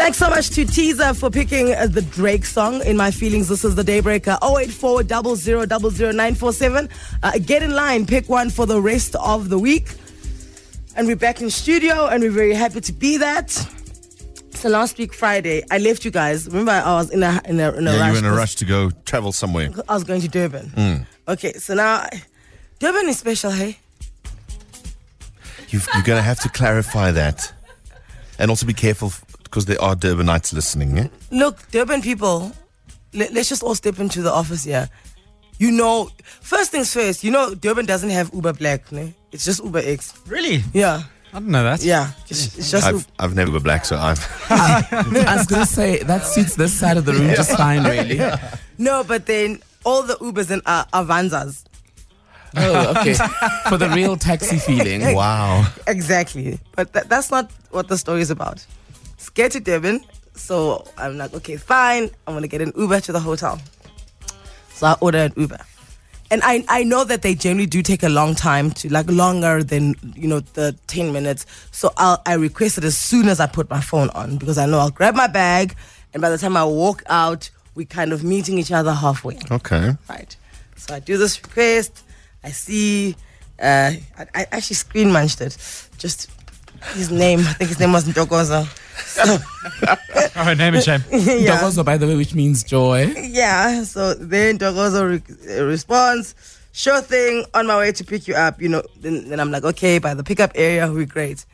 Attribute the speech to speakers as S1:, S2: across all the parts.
S1: Thanks so much to Teaser for picking uh, the Drake song. In my feelings, this is the Daybreaker. 084 00947. Uh, get in line, pick one for the rest of the week. And we're back in studio, and we're very happy to be that. So last week Friday, I left you guys. Remember, I was in a in a, in a
S2: Yeah,
S1: rush.
S2: you were in a Mm.
S1: 'cause
S2: rush to go travel somewhere.
S1: I was going to Durban. Okay, so now Durban is special, hey?
S2: You've, you're going to have to clarify that. And also be careful because there are Durbanites listening. eh? Yeah?
S1: Look, Durban people, let, us just all step into the office here. You know, first things first, you know, Durban doesn't have Uber Black, ne? It's just Uber X.
S3: Really?
S1: Yeah,
S3: I didn't know that.
S1: yeah. It's, it's just
S2: I've, I've never been black, so I've.
S4: I was going to say, that suits this side of the room just fine, really.
S1: No, but then all the Ubers and uh, Avanzas.
S4: Oh, okay. For the real taxi feeling.
S2: Wow.
S1: Exactly. But tha- that's not what the story is about. Scared to Durban. So I'm like, okay, fine. I'm going to get an Uber to the hotel. So I order an Uber. And I, I know that they generally do take a long time to, like longer than, you know, the 10 minutes. So I'll, I request it as soon as I put my phone on because I know I'll grab my bag. And by the time I walk out, we're kind of meeting each other halfway
S2: Okay.
S1: right? So I do this request. I see. Uh, I, I actually screen munched it. Just his name. I think his name was Ndokozo.
S3: Oh, name and shame.
S1: yeah.
S4: Dogozo, by the way, which means joy.
S1: yeah. So then Ndokozo re- uh, responds, "Sure thing. On my way to pick you up. You know." Then, then I'm like, "Okay, by the pickup area, we great."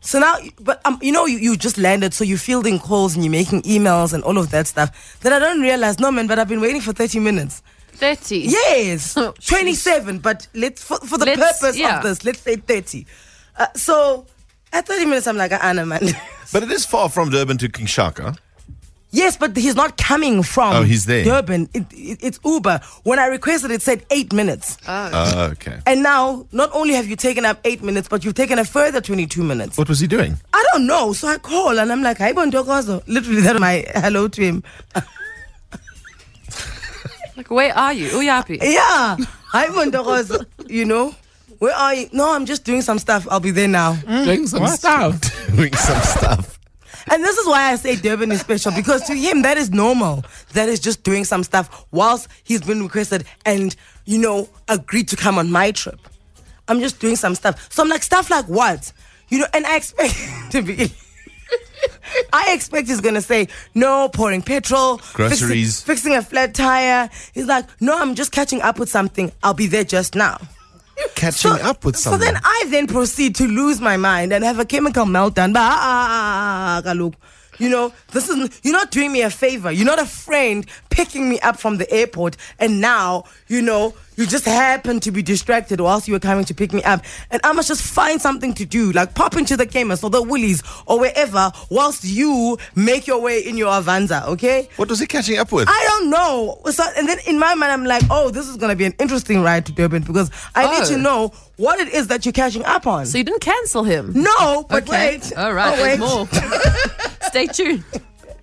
S1: So now, but um, you know, you, you just landed, so you're fielding calls and you're making emails and all of that stuff. Then I don't realize, no man, but I've been waiting for 30 minutes.
S5: 30.
S1: Yes,
S5: Oh, jeez.
S1: 27, but let's for, for the
S5: Let's-
S1: purpose
S5: yeah.
S1: of this, let's say 30. Uh, so at 30 minutes, I'm like, Anna, man.
S2: But it is far from Durban to Kinshasa.
S1: yes, but he's not coming from
S2: Oh, he's there.
S1: Durban. It, it, it's Uber. When I requested, it said eight minutes.
S2: Uh, okay.
S1: And now, not only have you taken up eight minutes, but you've taken a further 22 minutes.
S2: What was he doing?
S1: I don't know. So I call and I'm like, hi, Bondokozo. Literally, that's my hello to him.
S5: Like, where are you? Oh, you happy?
S1: Yeah. Hi, Bondokozo. you know, where are you? No, I'm just doing some stuff. I'll be there now.
S3: Mm.
S4: Doing some stuff.
S2: Doing some stuff.
S1: And this is why I say Durban is special because to him that is normal. That is just doing some stuff whilst he's been requested and you know agreed to come on my trip. I'm just doing some stuff. So I'm like stuff like what, you know? And I expect to be. I expect he's gonna say no, pouring petrol, fixing-
S2: Groceries.
S1: fixing, a flat tire. He's like, no, I'm just catching up with something. I'll be there just now.
S2: Catching up with
S1: So
S2: someone.
S1: then I then proceed to lose my mind and have a chemical meltdown. But ah, ah, ah, ah, kaloku. you know, this is you're not doing me a favor. You're not a friend picking me up from the airport, and now you know you just happen to be distracted whilst you were coming to pick me up. And I must just find something to do, like pop into the chemist or the Woolies or wherever, whilst you make your way in your Avanza. Okay.
S2: what was he catching up with?
S1: I don't know. So, and then in my mind, I'm like, oh, this is going to be an interesting ride to Durban because I need
S5: Oh.
S1: to know what it is that you're catching up on.
S5: So you didn't cancel him?
S1: no, but
S5: Okay.
S1: wait.
S5: All right.
S1: Oh, wait.
S5: there's more. Stay tuned.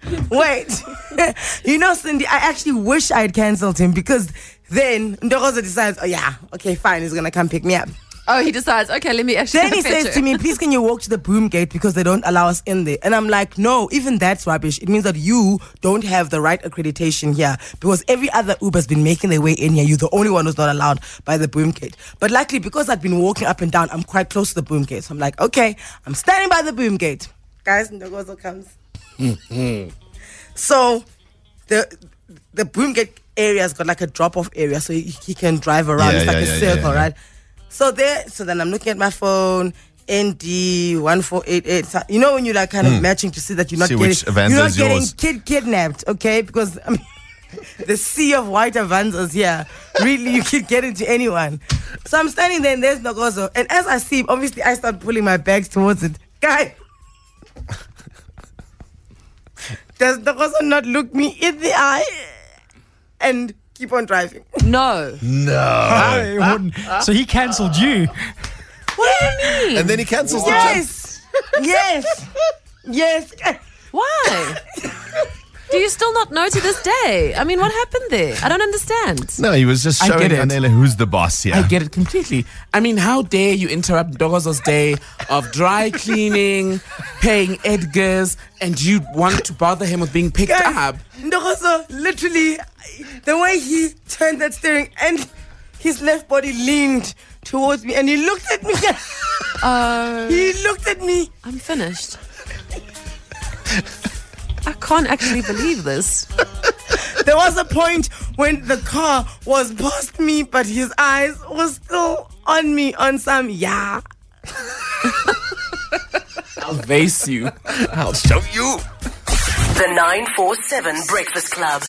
S1: Wait. you know, Cindy, I actually wish I had cancelled him because then Ndokozo decides, oh, yeah, okay, fine, he's going to come pick me up.
S5: Oh, he decides, okay, let me actually.
S1: Then he
S5: fetch
S1: says
S5: her.
S1: to me, please can you walk to the boom gate because they don't allow us in there. And I'm like, no, even that's rubbish. It means that you don't have the right accreditation here because every other Uber's been making their way in here. You're the only one who's not allowed by the boom gate. But luckily, because I'd been walking up and down, I'm quite close to the boom gate. So I'm like, okay, I'm standing by the boom gate. Guys, Ndogozo comes. so the the boom gate area's got like a drop off area so he, he can drive around.
S2: Yeah,
S1: it's
S2: yeah,
S1: like
S2: yeah,
S1: a
S2: yeah,
S1: circle,
S2: yeah.
S1: right? So there, so then I'm looking at my phone. ND one four eight eight. You know when you like
S2: Hmm.
S1: kind of matching to see that you're not
S2: See which
S1: getting you're not
S2: Avanza's
S1: getting
S2: yours.
S1: kid kidnapped, okay? Because I mean, the sea of white Avanzas here, really, you could get into anyone. So I'm standing there, and there's Nogozo, and as I see, him, obviously, I start pulling my bags towards it. Guy, does Nogozo not look me in the eye and keep on driving?
S5: no.
S2: no.
S3: It wouldn't. So he cancelled you.
S1: What do you mean?
S2: And then he cancels the trip.
S1: Yes. yes. Yes.
S5: Why? Do you still not know to this day? I mean, what happened there? I don't understand.
S2: No, he was just
S4: I
S2: showing
S4: get it.
S2: Anela who's the boss here.
S4: I get it completely. I mean, how dare you interrupt Dogozo's day of dry cleaning, paying Edgar's, and you want to bother him with being picked up?
S1: Ndokoso, literally, the way he turned that steering and his left body leaned towards me and he looked at me.
S5: Oh,
S1: He looked at me.
S5: I'm finished. I can't actually believe this.
S1: There was a point when the car was past me, but his eyes were still on me on some yeah.
S4: I'll vase you.
S2: I'll show you.
S6: The 947 Breakfast Club.